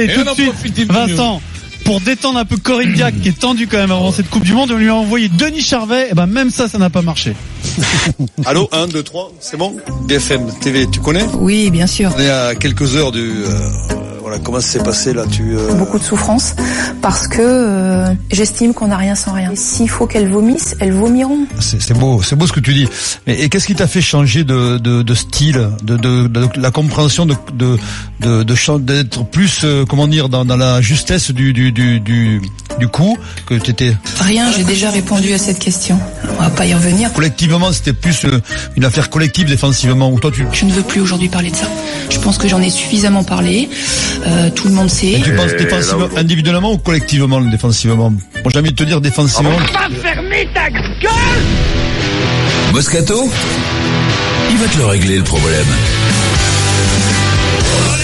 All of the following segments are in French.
Et, Et tout on de en suite, profite des Vincent, pour détendre un peu Corinne Diac, qui est tendue quand même avant cette Coupe du Monde, on lui a envoyé Denis Charvet, et ben même ça, ça n'a pas marché. Allô, 1, 2, 3, c'est bon BFM TV, tu connais Oui, bien sûr. On est à quelques heures du... euh, voilà, comment ça s'est passé là tu, euh, Beaucoup de souffrance parce que euh, j'estime qu'on n'a rien sans rien. Et S'il faut qu'elles vomissent, elles vomiront. C'est c'est beau, c'est beau ce que tu dis. Mais, et qu'est-ce qui t'a fait changer de, de, de style, de, de, de- de la compréhension de de de- de chan- d'être plus euh, comment dire dans, dans la justesse du du du du, du coup que t'étais Rien, j'ai déjà répondu à cette question. On va pas y revenir. collectivement c'était plus euh, une affaire collective défensivement où toi tu Je ne veux plus aujourd'hui parler de ça. Je pense que j'en ai suffisamment parlé. Euh, tout le monde sait. tu penses défensivement individuellement ou collectivement défensivement bon, j'ai envie de te dire défensivement Moscato Il va te le régler le problème.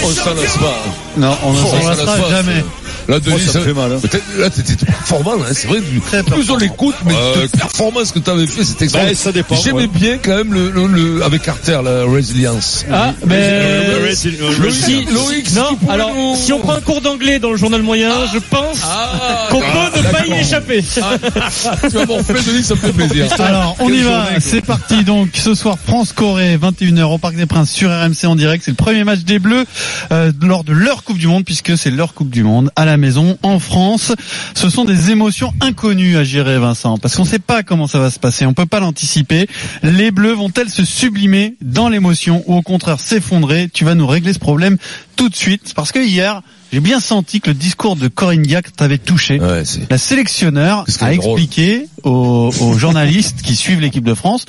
On s'en lasse pas. hein. Non, on ne Oh, s'en ça lassera la soif. jamais. Là, Denis, ça me fait mal, hein. Peut-être- Là, t'étais performant, hein, c'est vrai. du- Plus on l'écoute, mais la performance que t'avais fait, c'était Bah, Eh, extraordinaire. ça dépend, J'aimais ouais. bien quand même le, le, le- avec Carter, la résilience. Ah, euh, mais Loïc, Loïc, euh, si non. tu pouvais Alors, nous- si on prend un cours d'anglais dans le journal moyen, je pense Ah, qu'on ah, peut ne pas y d'accord. échapper. Tu vas m'en refaire, Denis, ça me fait plaisir. Alors, on y Quelle va, journée, c'est parti donc. Ce soir, France-Corée, 21h au Parc des Princes sur RMC en direct. C'est le premier match des Bleus euh, lors de leur Coupe du Monde, puisque c'est leur Coupe du Monde à la maison, en France. Ce sont des émotions inconnues à gérer, Vincent, parce qu'on ne sait pas comment ça va se passer, on peut pas l'anticiper. Les Bleus vont-elles se sublimer dans l'émotion ou au contraire s'effondrer Tu vas nous régler ce problème tout de suite, parce que hier, j'ai bien senti que le discours de Corinne Diacre t'avait touché. Ouais, c'est. La sélectionneur Qu'est-ce qu'elle a est drôle. expliqué aux, aux journalistes qui suivent l'équipe de France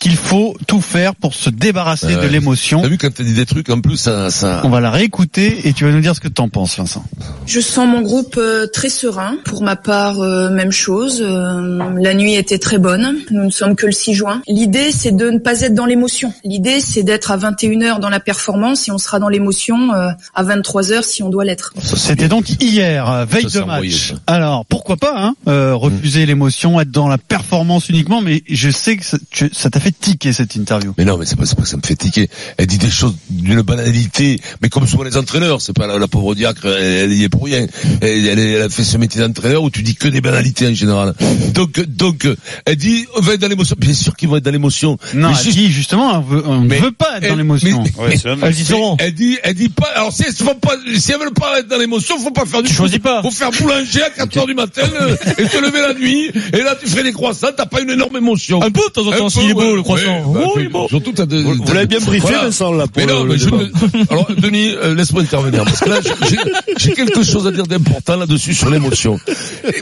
qu'il faut tout faire pour se débarrasser Ouais. de l'émotion. T'as vu quand t'as dit des trucs, en plus, ça, ça. On va la réécouter et tu vas nous dire ce que t'en penses, Vincent. Je sens mon groupe euh, très serein. Pour ma part, euh, même chose. Euh, la nuit était très bonne. Nous ne sommes que le 6 juin. L'idée, c'est de ne pas être dans l'émotion. L'idée, c'est d'être à 21h dans la performance et on sera dans l'émotion euh, à 23h si on doit l'être. Ça, c'est C'était donc hier, euh, veille Ça, c'est de embrouillé, match. ça. Mm. Alors, pourquoi pas hein, euh, refuser l'émotion, être dans la performance uniquement, mais je sais que ça tu- ça t'a fait tiquer cette interview. Mais non, mais c'est pas, c'est pas que ça me fait tiquer. Elle dit des choses d'une banalité, mais comme souvent les entraîneurs, c'est pas la, la pauvre diacre, elle, elle y est pour rien. Elle, elle- elle a fait ce métier d'entraîneur où tu dis que des banalités en général. Donc, donc, elle dit, on va être dans l'émotion. Bien sûr qu'ils vont être dans l'émotion. Non, Mais elle juste- dit justement, on veut- on ne Mais- veut pas être dans mais- l'émotion. mais- mais- Elles y seront. Elle dit, elle dit pas, alors si elles ne pas, si elles veulent pas être dans l'émotion, faut pas faire du Tu choisis pas. Faut faire boulanger à 4 heures du matin, euh, et te lever la nuit, et là tu ferais des croissants, t'as pas une énorme émotion. Ah, Un peu de temps en Un temps, peu, s'il est beau ouais. le croissant. Ouais, bah, Oh, puis, il est beau. Surtout, t'as de- Vous t'as- l'avez bien briefé, Voilà. Vincent, là, pour Mais non, le- mais le je débat. ne- Alors, Denis, euh, laisse-moi intervenir, parce que là, j'ai- j'ai- j'ai quelque chose à dire d'important là-dessus sur l'émotion.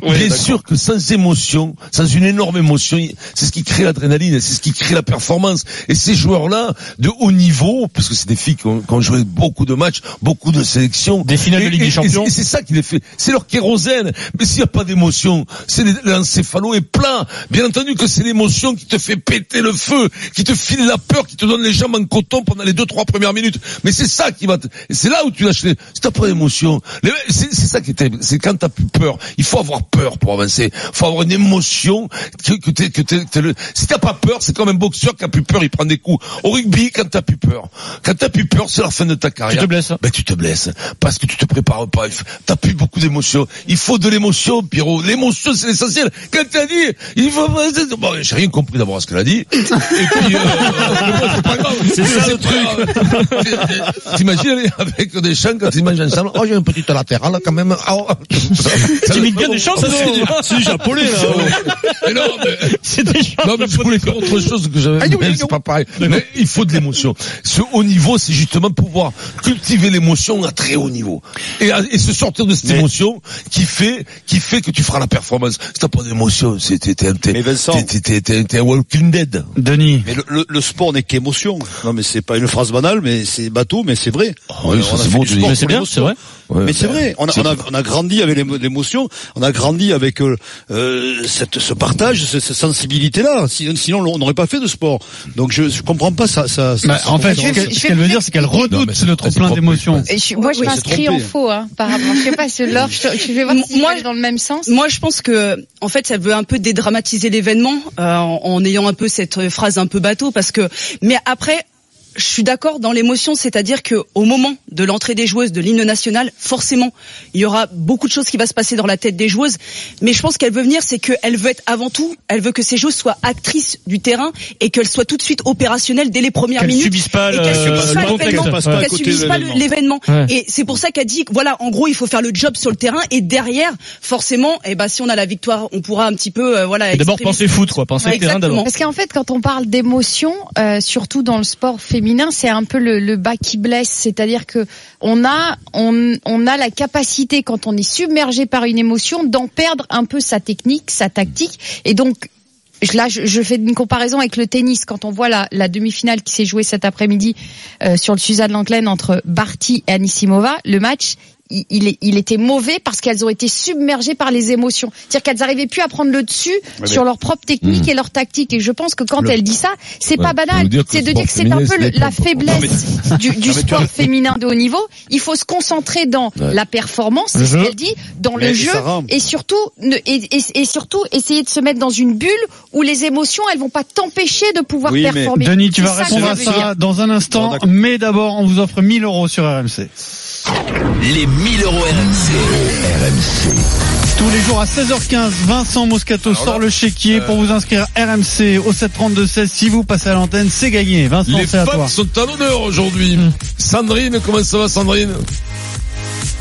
bien sûr que sans émotion, sans une énorme émotion, c'est ce qui crée l'adrénaline, c'est ce qui crée la performance. Et ces joueurs-là, de haut niveau, parce que c'est des filles qui ont, qui ont joué beaucoup de matchs, beaucoup de sélections. Des finales de Et- Ligue des et- et- Champions. et c'est ça qui les fait. C'est leur kérosène. Mais s'il n'y a pas d'émotion, c'est les- l'encéphalo est plat. Bien entendu que c'est l'émotion qui te fait péter le feu, qui te file la peur, qui te donne les jambes en coton pendant les deux, trois premières minutes. Mais c'est ça qui va te- et c'est là où tu lâches les, si t'as pas d'émotion, les- c'est c'est ça qui est terrible. C'est quand t'as plus peur. Il faut avoir peur pour avancer. Il faut avoir une émotion que, que t'es, que t'es- t'es le- si t'as pas peur, c'est comme un boxeur qui a plus peur, il prend des coups. Au rugby, quand t'as plus peur, quand t'as plus peur, c'est la fin de ta carrière. te blesses. Ben, tu te blesses parce que tu te prépares pas. Il f- T'as plus beaucoup d'émotions. Il faut de l'émotion, Pierrot. L'émotion, c'est l'essentiel. Quand t'as dit, il faut. Bon, j'ai rien compris d'abord à ce qu'elle a dit. Et puis, euh, mais bon, c'est pas grave. C'est ça le truc. T'imagines aller avec des chants quand ils mangent ensemble. Oh, j'ai un petit latéral quand même. Ah, oh. Ça- ça- Tu imites bien des chances, non C'est du japonais, là. Mais Oh. non, mais- C'est des Ah, non, chances. mais je voulais faire autre chose que j'avais. mais C'est pas pareil. Mais il faut de l'émotion. Ce haut niveau, c'est justement pouvoir cultiver l'émotion à très haut niveau. Et, à- et se sortir de cette émotion qui fait, qui fait que tu feras la performance. Si t'as pas d'émotion, c'est- t'es, t'es, t'es, Mais Vincent- t'es- t'es- t'es- t'es- t'es un walking dead. Denis, Mais le, le- le sport n'est qu'émotion. Non, mais c'est pas une phrase banale, mais c'est bateau, mais c'est vrai. Oh, oui, Euh, ça, on a c'est fait beau, du tu sport dis. Mais c'est pour bien, l'émotion. c'est vrai. Ouais. mais c'est vrai, on a, on, a, on a grandi avec l'émo- l'émotion, on a grandi avec euh, euh, cette, ce partage, ce- cette, sensibilité-là. Sinon, sinon, on n'aurait pas fait de sport. Donc, je, je comprends pas ça. ça, ça- Bah, ça- en fait, ça- ce ça- qu'elle ce qu'elle veut dire, c'est qu'elle Non, redoute mais c'est- le c'est trop plein trompé, d'émotions. ouais. Et je- moi, je Oui, c'est m'inscris en trompé. faux, hein, par rapport. Je sais pas, ce Laure, je, je vais voir M- si moi, moi, dans le même sens. Moi, je pense que, en fait, ça veut un peu dédramatiser l'événement euh, en, en ayant un peu cette euh, phrase un peu bateau, parce que. Mais après, je suis d'accord dans l'émotion, c'est-à-dire que au moment de l'entrée des joueuses de l'hymne national, forcément, il y aura beaucoup de choses qui va se passer dans la tête des joueuses. Mais je pense qu'elle veut venir, c'est qu'elle veut être avant tout, elle veut que ces joueuses soient actrices du terrain et qu'elles soient tout de suite opérationnelles dès les premières Qu'elles minutes. subissent pas et le- qu'elles subissent le pas contexte. l'événement, Passent pas à qu'elles côté subissent de pas le- l'événement. l'événement. Ouais. Et c'est pour ça qu'elle dit, que, voilà, en gros, il faut faire le job sur le terrain et derrière, forcément, eh ben, si on a la victoire, on pourra un petit peu, euh, voilà. Et D'abord, exprimer- pensez foot, quoi. Pensez Ouais, terrain d'abord. Parce qu'en fait, quand on parle d'émotion, euh, surtout dans le sport féminin, c'est un peu le, le bas qui blesse. C'est-à-dire que on a, on, on a la capacité, quand on est submergé par une émotion, d'en perdre un peu sa technique, sa tactique, et donc. je- Là, je, je fais une comparaison avec le tennis. Quand on voit la, la demi-finale qui s'est jouée cet après-midi euh, sur le Suzanne Lenglen entre Barty et Anissimova, le match, il, il est- il était mauvais parce qu'elles ont été submergées par les émotions. C'est-à-dire qu'elles n'arrivaient plus à prendre le dessus sur leur propre technique et leur tactique. Et je pense que quand elle dit ça, c'est Hmm. Ouais, pas ça banal. veut dire que C'est le de dire sport que c'est féminin, un peu ce le- n'est la pas- faiblesse du, du Non, mais tu sport vois- féminin de haut niveau. Il faut se concentrer dans la performance, c'est Le ce jeu. qu'elle dit, dans le Mais jeu, ça rend. et surtout, ne- et, et- et surtout essayer de se mettre dans une bulle où les émotions, elles vont pas t'empêcher de pouvoir Oui, mais- performer. Denis, tu C'est vas ça que répondre ça à veut dire. ça dans un Bon, instant, d'accord. mais d'abord, on vous offre 1000 euros sur RMC. Les 1000 euros RMC. RMC. Tous les jours à 16h15, Vincent Moscato sort le euh, chéquier pour vous inscrire RMC au 732-16. Si vous passez à l'antenne, c'est gagné. Vincent, Les c'est à toi. femmes sont à l'honneur aujourd'hui. Hum. Sandrine, comment ça va Sandrine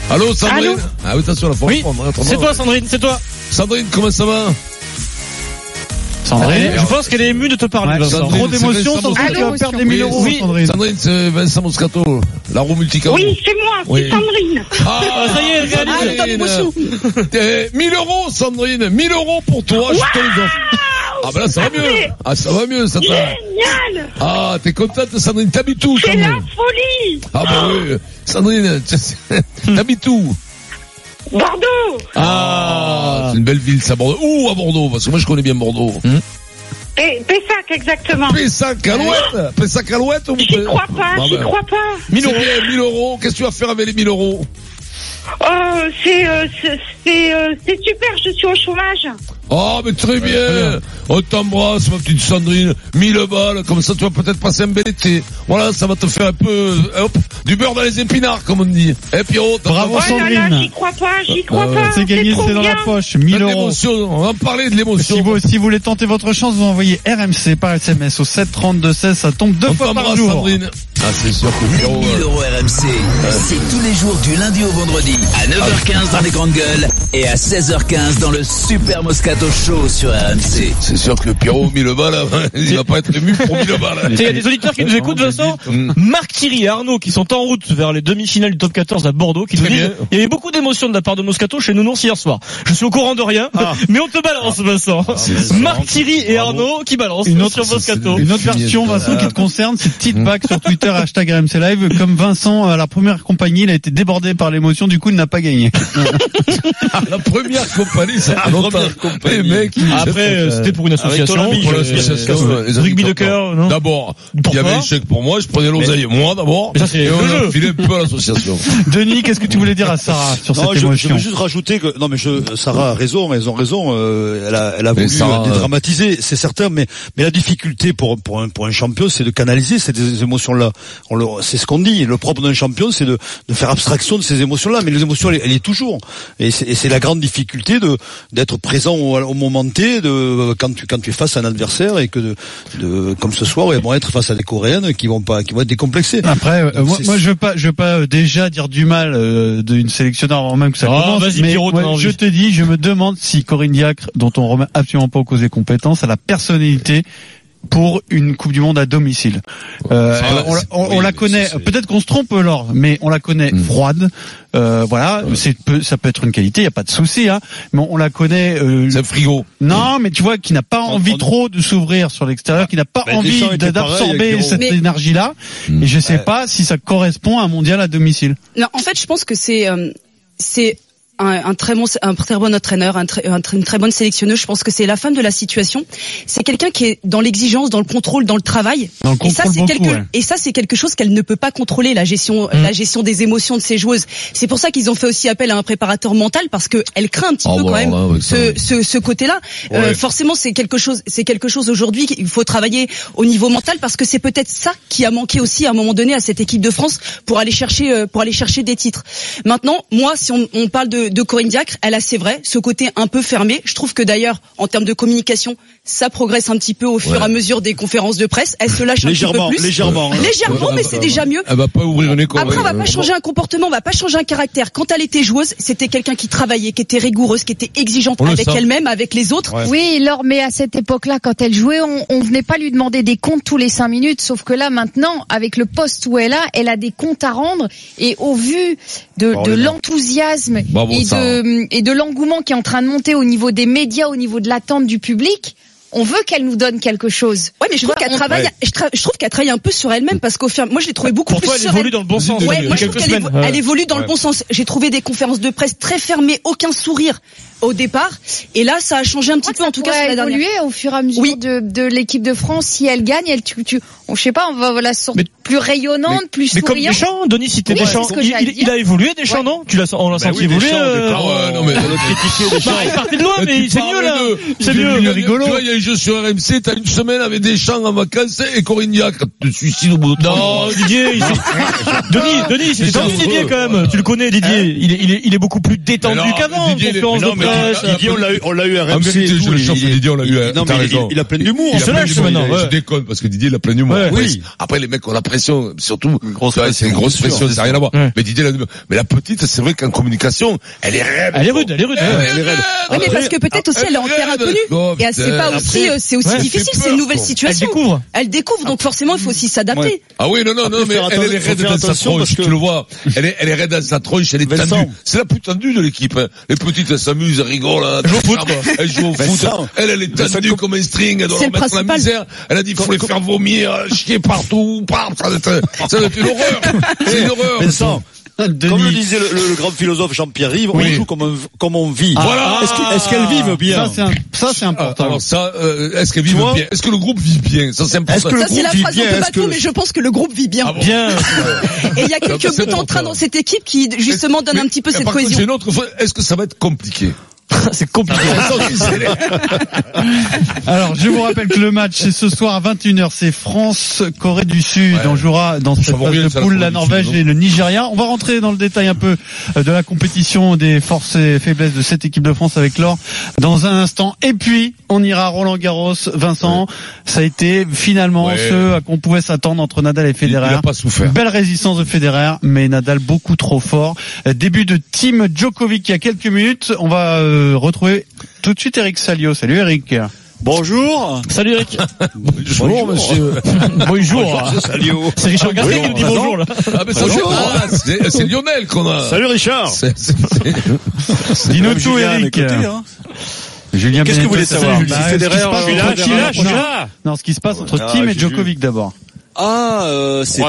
Allô Sandrine Allô Ah oui, attention, la faut Oui, répondre, hein, autrement, c'est toi, ouais. Sandrine, c'est toi. Sandrine, comment ça va Sandrine. Eh, Je pense qu'elle est émue de te parler, Ouais, Vincent. trop Sandrine, d'émotions, c'est sans Vincent tu vas perdre les Oui, 1000 euros, oui. Sandrine. Sandrine, c'est Vincent Moscato, la roue multicaméra. Oui, c'est moi, Oui. c'est Sandrine. Ah, ça y est, elle réalise. Eh, 1000 euros, Sandrine, 1000 euros pour toi, je te les offre. Ah, ben là, ça va mieux. Ah, ça va mieux, ça t'a- Génial Ah, t'es contente, Sandrine, t'habites où, C'est la Sandrine? folie Ah, bah oui. Sandrine, tu- t'habites où? Bordeaux Ah, c'est une belle ville, ça, Bordeaux. Où à Bordeaux? Parce que moi, je connais bien Bordeaux. Ah. Et Pessac, exactement. Pessac-Alouette! Pessac-Alouette, ou J'y crois pas, Ah, j'y ben. crois pas. 1000 euros. C'est bien, 1000 euros. Qu'est-ce que tu vas faire avec les 1000 euros? Oh, c'est euh, c'est- c'est, euh, c'est super, je suis au chômage. Oh, mais très bien. On t'embrasse, ma petite Sandrine. 1000 balles. Comme ça, tu vas peut-être passer un bel été. Voilà, ça va te faire un peu, euh, hop, du beurre dans les épinards, comme on dit. Eh, Pierrot, t'as Bravo, Oh pas- là là, Sandrine. j'y crois pas, j'y crois Ah ouais. pas. Euh, C'est gagné, trop c'est dans bien. la poche. T'as 1000 de euros. l'émotion. On va en parler de Si l'émotion. vous, si vous voulez tenter votre chance, vous envoyez RMC par SMS au 732-16. Ça tombe deux On fois par t'embrasse, jour. Sandrine. Ah, c'est sûr que Les Pierrot, 1000 euh, euros RMC, c'est tous les jours du lundi au vendredi à 9h15 dans les grandes gueules et à 16h15 dans le Super Moscato Show sur RMC. c'est sûr que Pierrot, 1000 balles, hein. il va pas être ému pour 1000 balles. Il y a des auditeurs qui nous écoutent, Vincent. Mm. Marc Thierry et Arnaud qui sont en route vers les demi-finales du top 14 à Bordeaux qui nous Très disent bien. il y avait beaucoup d'émotions de la part de Moscato chez Nounours hier soir. Je suis au courant de rien, mais on te balance Vincent. Marc Thierry et Arnaud qui balancent Une autre- sur Moscato. c'est- Une autre version, Vincent, qui te concerne, c'est Titeback sur Twitter, hashtag RMC Live. Comme Vincent, à la première compagnie, il a été débordé par l'émotion, du coup, il n'a pas gagné. La première compagnie, ça fait longtemps. Les mecs, ils- Après euh, c'était pour une association, ami, pour je- l'association, euh, les rugby de auditeurs. cœur, non D'abord, Pour il y avait toi un chèque pour moi, je prenais l'oseille moi d'abord, Mais ça, c'est et le on jeu. a filé un peu à l'association. Denis, qu'est-ce que tu voulais dire à Sarah sur Non, cette je, je émotion veux juste rajouter que non mais je, Sarah a raison, elles ont raison. euh, elle a, elle a Mais voulu Sarah, euh, dédramatiser, c'est certain. Mais mais la difficulté pour pour un pour un champion, c'est de canaliser ces émotions là. On le, c'est ce qu'on dit. Le propre d'un champion, c'est de de faire abstraction de ces émotions là. Mais les émotions, elle, elle est toujours. Et c'est et c'est la grande difficulté de d'être présent au, au moment T, de quand tu quand tu es face à un adversaire et que de, de comme ce soir, elles vont être face à des Coréennes qui vont pas qui vont être décomplexées. Après, euh, moi, c'est- moi, je veux pas, je veux pas euh, déjà dire du mal euh, d'une sélectionneur avant même que ça Ah, commence. vas-y, Mais Pierrot, moi, t'en as envie. je te dis, je me demande si Corinne Diacre, dont on remet absolument pas aux causes et compétences, a la personnalité pour une Coupe du Monde à domicile. Euh, Ça, on, la- c'est- on- oui, on la mais connaît. ça, c'est- Hmm. Peut-être qu'on se trompe, Laure, mais on la connaît froide. Euh, voilà, c'est peut- ça peut être une qualité, y a pas de souci. Hein, mais on la connaît. euh, C'est un frigo. non, mais tu vois, qui n'a pas envie on- trop de s'ouvrir sur l'extérieur, qui n'a pas Ben, envie Deschamps était pareil d'absorber avec cette Giroud. Mais- énergie-là. Mm. Et je sais pas si ça correspond à un mondial à domicile. Non, en fait, je pense que c'est euh, c'est un, un très bon, un très bon entraîneur, un très- un très- une très bonne sélectionneuse. Je pense que c'est la femme de la situation. C'est quelqu'un qui est dans l'exigence, dans le contrôle, dans le travail. Dans le et ça, contrôle c'est beaucoup, quelque, ouais. Mm. et ça, c'est quelque chose qu'elle ne peut pas contrôler, la gestion, la gestion des émotions de ses joueuses. C'est pour ça qu'ils ont fait aussi appel à un préparateur mental parce que elle craint un petit Ah Oh peu bah, quand même alors là, ouais, ça, ce, ouais. ce, ce côté-là. Euh, Ouais. forcément, c'est quelque chose, c'est quelque chose aujourd'hui qu'il faut travailler au niveau mental parce que c'est peut-être ça qui a manqué aussi à un moment donné à cette équipe de France pour aller chercher, euh, pour aller chercher des titres. Maintenant, moi, si on, on parle de, de Corinne Diacre, elle a, c'est vrai, ce côté un peu fermé. Je trouve que d'ailleurs, en termes de communication, ça progresse un petit peu au fur et Ouais. à mesure des conférences de presse. Elle se lâche un Légèrement, petit peu plus. légèrement. hein. Légèrement, mais c'est déjà mieux. Elle va pas ouvrir le nez quoi. Après, on va Ouais, pas euh, changer un comportement, on va pas changer un caractère. Quand elle était joueuse, c'était quelqu'un qui travaillait, qui était rigoureuse, qui était exigeante Oh On le avec sent. elle-même, avec les autres. Oui, Laure, mais à cette époque-là, quand elle jouait, on, on venait pas lui demander des comptes tous les cinq minutes. Sauf que là, maintenant, avec le poste où elle a, elle a des comptes à rendre. Et au vu de, Oh, de les gars. l'enthousiasme Bravo, et, ça. de, et de l'engouement qui est en train de monter au niveau des médias, au niveau de l'attente du public, on veut qu'elle nous donne quelque chose. Ouais, mais je trouve qu'elle travaille, je, tra- je trouve qu'elle travaille un peu sur elle-même parce qu'au fur, moi je l'ai trouvé beaucoup Bah, Pour plus toi, elle sereine. évolue dans le bon sens, Ouais, depuis moi je trouve quelques qu'elle semaines. évo- Ouais. elle évolue dans le Ouais. bon sens. J'ai trouvé des conférences de presse très fermées, aucun sourire au départ. Et là, ça a changé un petit peu en tout cas sur la pourrait dernière. évoluer au fur et à mesure de, de l'équipe de France. Si elle gagne, elle, tu, tu, on, je sais pas, on va voilà, sur, plus rayonnante, plus Mais comme souriante. Deschamps, Denis, si t'es Oui, Deschamps, c'est ce que il, j'allais il- il a dire. évolué Deschamps, Ouais. non Tu l'as sen- on l'a Bah senti oui, évoluer. Deschamps, euh, Deschamps, ouais, non, mais- Bah, on le critiquait, Deschamps. Il partait de loin, mais tu c'est parles mieux là. de- C'est tu mieux. parles de- Tu vois, il y a les jeux sur RMC, t'as une semaine avec des champs en vacances et Corinne Diacre te suicide au bout de Non, Didier, il s'est- Denis, Denis, Mais c'est c'est gentil, affreux. Didier quand même. Tu le connais, Didier. Il, est, il, est, il est beaucoup plus détendu Mais non, qu'avant. en Didier, il est- conférence mais non, de mais presse. Didier, on l'a eu, on l'a eu à En RMC. vérité, et je tout, le il- chauffe il- oh, Didier, on l'a eu. il- non, t'as mais il- raison. euh, il a plein d'humour. Il a On se plein lâche d'humour, maintenant, il a- Je ouais. déconne parce que Didier, il a plein d'humour. Ouais. Après, Oui. Après, les mecs ont la pression, surtout. tu vois, C'est une pression, grosse c'est sûr, pression, c'est ça n'a rien à voir. Mais Didier, elle a- mais la petite, c'est vrai qu'en communication, elle est raide. Elle est rude, elle est rude. ouais. Oui, mais parce que peut-être aussi elle est en euh, terre inconnue et elle sait pas aussi, euh, c'est aussi Ouais. difficile, Elle fait c'est une peur, nouvelle quoi. situation. Elle découvre. Elle découvre, donc forcément il faut aussi s'adapter. Ah oui, non, non, Après, non, mais faire elle, atten- elle est faut raide faire dans sa attention tronche, parce que- tu le vois. Elle est, elle est raide dans sa tronche, elle est Vincent. tendue. C'est la plus tendue de l'équipe. hein. Les petites, elles s'amusent, elles rigolent. hein, Elle joue au foot, chambre, quoi. Elles jouent au foot. Vincent. Elle, elle est tendue comme un string. Elle doit C'est leur le mettre la principal. misère. Elle a dit, faut les faire vomir, euh, chier partout, partout. Ça doit être- ça doit être une horreur. C'est une horreur. Vincent. Comme Denis. le disait le, le- le grand philosophe Jean-Pierre Rive, on Oui. joue comme on, comme on vit. Ah, voilà. Est-ce que- Est-ce qu'elles vivent bien Ça, c'est un- Ça, c'est important. Ah, Alors ça, euh, est-ce qu'elles vivent vois bien Est-ce que le groupe vit bien Ça, c'est important. Ah Ça c'est la phrase un peu bateau, mais je pense que le groupe vit bien. Bien. Et il y Ça, a quelques Ah bah, c'est bouts en train important. dans cette équipe qui justement donnent un petit peu Mais cette par contre, j'ai cohésion. une autre fois. Est-ce que ça va être compliqué C'est compliqué. Alors, je vous rappelle que le match, c'est ce soir à 21h. C'est France-Corée du Sud. On jouera dans cette phase Favori, de c'est la poule Corée la du Norvège Sud, et le Nigeria. On va rentrer dans le détail un peu euh, de la compétition, des forces et faiblesses de cette équipe de France avec l'or dans un instant. Et puis, on ira à Roland Garros. Vincent, ça a été finalement Ouais. ce à qu'on pouvait s'attendre entre Nadal et Federer. il a pas souffert. Belle résistance de Federer, mais Nadal beaucoup trop fort. Euh, Début de Team Djokovic il y a quelques minutes. On va euh, retrouver tout de suite Eric Salio. Salut Eric. Bonjour. Salut Eric. Bonjour, monsieur. Bonjour. Bonjour, Salio. C'est Richard Gasquet qui nous dit bonjour là. Ah, mais ça, Bonjour. ah, c'est c'est Lionel qu'on a. Salut Richard. C'est- c'est- c'est- c'est- Dis-nous Comme tout Julien à mes Eric. côtés, hein. Julien Qu'est-ce que vous voulez Benedetto, savoir salut, Julien. Bah, Ce qui se Federer, passe je suis entre là, je suis là, je suis hein. Non. là. Non, ce qui se passe entre Ah, Tim et j'ai Djokovic d'abord. Ah, euh, c'est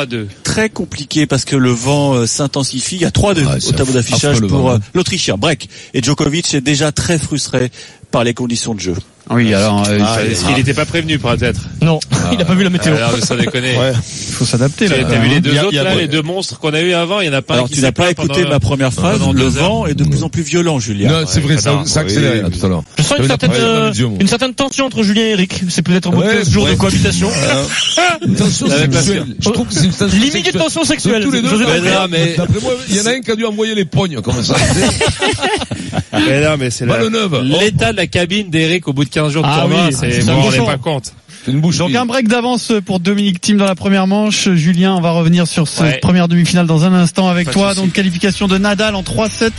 très compliqué parce que le vent euh, s'intensifie. Il y a 3-2 Ah, au c'est tableau affreux, d'affichage le pour hein. vent. euh, l'Autrichien. Break. Et Djokovic est déjà très frustré par les conditions de jeu. Oui, alors euh, Ah, il il fallait- est- n'était pas prévenu peut-être. Non, il a pas vu la météo. Alors ça déconner. il faut s'adapter Tu là. as vu les hein. deux Il y a- autres il y a- là, les deux monstres qu'on a eu avant, il y en a pas. un Alors qui tu s'est n'as pas plaint pendant- écouté ma première phrase. pendant Le deux heures. vent est de plus en plus violent, Julien. Non, c'est vrai, Ouais, ça, attends, ça accélère là, tout à l'heure. Je sens une Ça veut dire certaine, pas les mêmes euh, idiomes. une certaine tension entre Julien et Eric. C'est peut-être au bout de Ouais, 15 jours de ouais. cohabitation. Tension J'avais pas sexuelle. Je trouve que c'est une tension Limite sexuelle. de tension De sexuelle. tous les deux. José Mais Borrell. non, mais, D'après moi, il y en a un qui a dû envoyer les pognes comme ça. mais non, mais c'est Pas la- le neuf. l'état de la cabine d'Eric au bout de 15 jours de Ah tournoi, oui, c'est, c'est un bon, on bouchon. n'est pas compte. C'est une bouche. Donc un break d'avance pour Dominique Thiem dans la première manche. Julien, on va revenir sur cette Ouais. première demi-finale dans un instant avec Pas de toi. souci. Donc qualification de Nadal en 3-7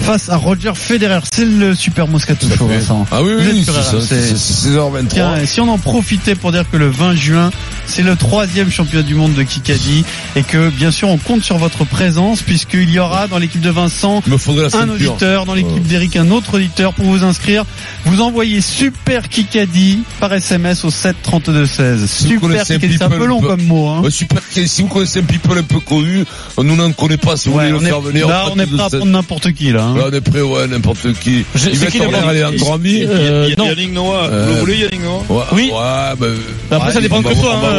face à Roger Federer. C'est le super Moscato Show, Vincent. Ah oui, Vous êtes oui, sur c'est ça, RMC. c'est- c'est Oh. Tiens, 16h23. et si on en profitait pour dire que le 20 juin, C'est le troisième championnat du monde de Kikadi et que bien sûr on compte sur votre présence puisqu'il y aura dans l'équipe de Vincent faudrait la un ceinture. auditeur, dans Euh. l'équipe d'Eric un autre auditeur pour vous inscrire. Vous envoyez Super Kikadi par SMS au 7 32 16. Si vous Super connaissez un Kikadi, c'est un people peu long peu- comme mot. Hein. Ouais, super, si vous connaissez un people un peu connu, nous n'en connaît pas, si vous Ouais, voulez le on est- faire venir. là, on est prêt à prendre n'importe qui, là, hein. Là, on est prêt, ouais, n'importe qui. Je- Il c'est va qui t'en d'abord parler Il- entre amis. il- il- il- Euh, il- non. Yannick Noah. Euh, Vous le voulez, Yannick Noah Ouais, Oui. Ouais, bah, Après, ça dépend que toi, hein, euh,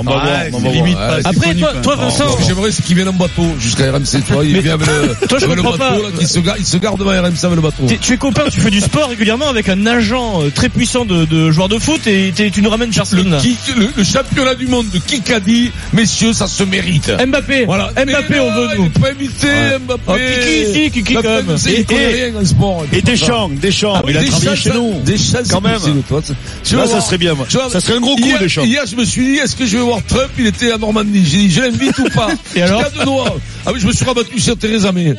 On va voir, ouais, on c'est va limite voir. pas- Ouais, c'est c'est connu, connu, quand même. toi, Vincent. Oh. Ce que j'aimerais, c'est qu'il vienne en bateau jusqu'à RMC, tu vois. Il Mais- vient avec le, Toi, je avec le comprends bateau, pas. là, qui se garde, il se garde devant RMC avec le bateau. T'es- tu es copain, tu fais du sport régulièrement avec un agent euh, très puissant de, de joueur de foot et t'es- tu nous ramènes Charleston. Le, kick- le- le championnat du monde de Kikadi, messieurs, ça se mérite. Mbappé, Voilà. Mbappé, Mais on veut non, nous. Il est pas invité, Ouais. Mbappé. Oh, Kiki, si, Kiki, La quand même. peine, c'est qu'il Et- connaît et- rien en sport. et Deschamps, Deschamps, Ah oui, il a travaillé chez ça- nous. Deschamps, c'est Quand même. possible, toi. Tu Là, vas ça voir. serait bien, moi. Tu vois, Ça serait un gros coup, hier- Deschamps. Hier, je me suis dit, est-ce que je vais voir Trump? Il était à Normandie. J'ai dit, je l'invite ou pas? Et alors J'étais à deux doigts. Ah oui, je me suis rabattu sur Theresa May.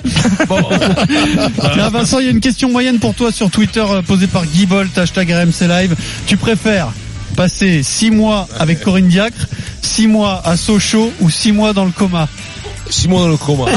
Bon. Ah, Tiens, Vincent, il y a une question moyenne pour toi sur Twitter euh, posée par Guy Bolt, hashtag RMC Live. Tu préfères passer 6 mois avec Corinne Diacre, 6 mois à Sochaux ou 6 mois dans le coma Six mois dans le coma.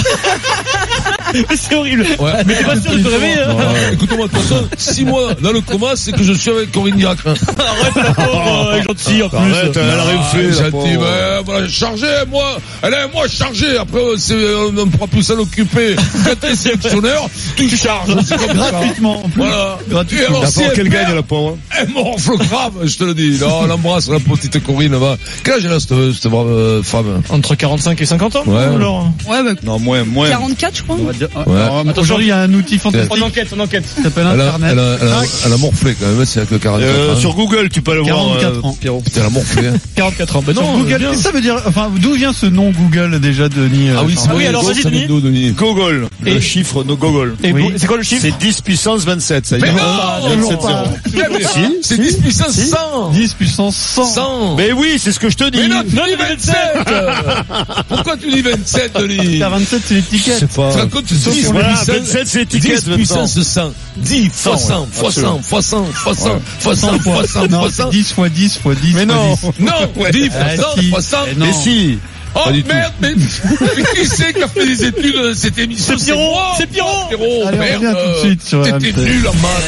c'est horrible. Ouais. Mais t'es pas sûr de te réveiller. hein Ouais. Écoute-moi, de toute façon, six mois dans le coma, c'est que je suis avec Corinne Diacre. hein. Arrête la pauvre, elle Oh, est gentille en plus. Arrête, euh, Ah, elle a ronflé, la J'ai pauvre. dit, ouais, voilà, chargé, moi. Elle est, moi, chargée. Après, c'est, on ne pourra plus s'en occuper. Quand t'es sélectionneur, tu charges. C'est comme ça. Gratuitement, en plus. Voilà. Gratuitement. Et alors, si elle perd, pauvre. elle m'enfle grave, je te le dis. Non, on l'embrasse, la petite Corinne, va. Quel âge elle a, cette, cette brave euh, femme? Entre 45 et 50 ans, Ouais. alors. Ouais, bah, Non, moins, moins. 44, je crois. On va dire- Ouais. Alors, Aujourd'hui, il y a un outil fantastique On enquête, on enquête. qui s'appelle Elle a, Ah, Internet. elle a, elle a, elle a morflé quand même, c'est avec le 44 Euh, ans. sur Google, tu peux le voir. euh, 44 ans. Pierrot. Putain, elle a morflé. hein. 44 ans. Bah Sur euh, non, Google, bien. Ah et ça veut dire, enfin, d'où vient ce nom Google déjà, Denis euh, c'est Jean- vrai, alors, gros, vas-y, ça Denis. vient d'où, Denis. Google. Le Et- chiffre, no Google. Et Oui. bon, c'est quoi le chiffre C'est 10 puissance 27, ça y est. Mais non, toujours 27 pas. zéro. Mais non, Si, C'est 10 puissance 100. 10 puissance 100. 100. Mais oui, c'est ce que je te dis. Mais non, tu Non, dis il y a 27 Pourquoi tu dis 27, Denis La 27, c'est Je l'étiquette. sais pas. Tu te rends compte, tu sais, Dix, c'est voilà, 17, 27, c'est 10 étiquette, puissance 27. 100. 10 fois 100, 100, fois 100, fois 100, fois 100, fois 100, 100 fois 100, non, fois 100. 10 fois 10 fois 10 Mais fois non. 10. Non, 10 fois Eh 100, si. fois 100. Eh non. Mais si. Oh Pas du tout. merde, mais mais qui c'est qui a fait des études dans cette émission C'est Pierrot, moi, c'est Pierrot. Pierrot, Oh, Allez, on merde, euh, revient tout de suite sur T'étais RMC. nul en maths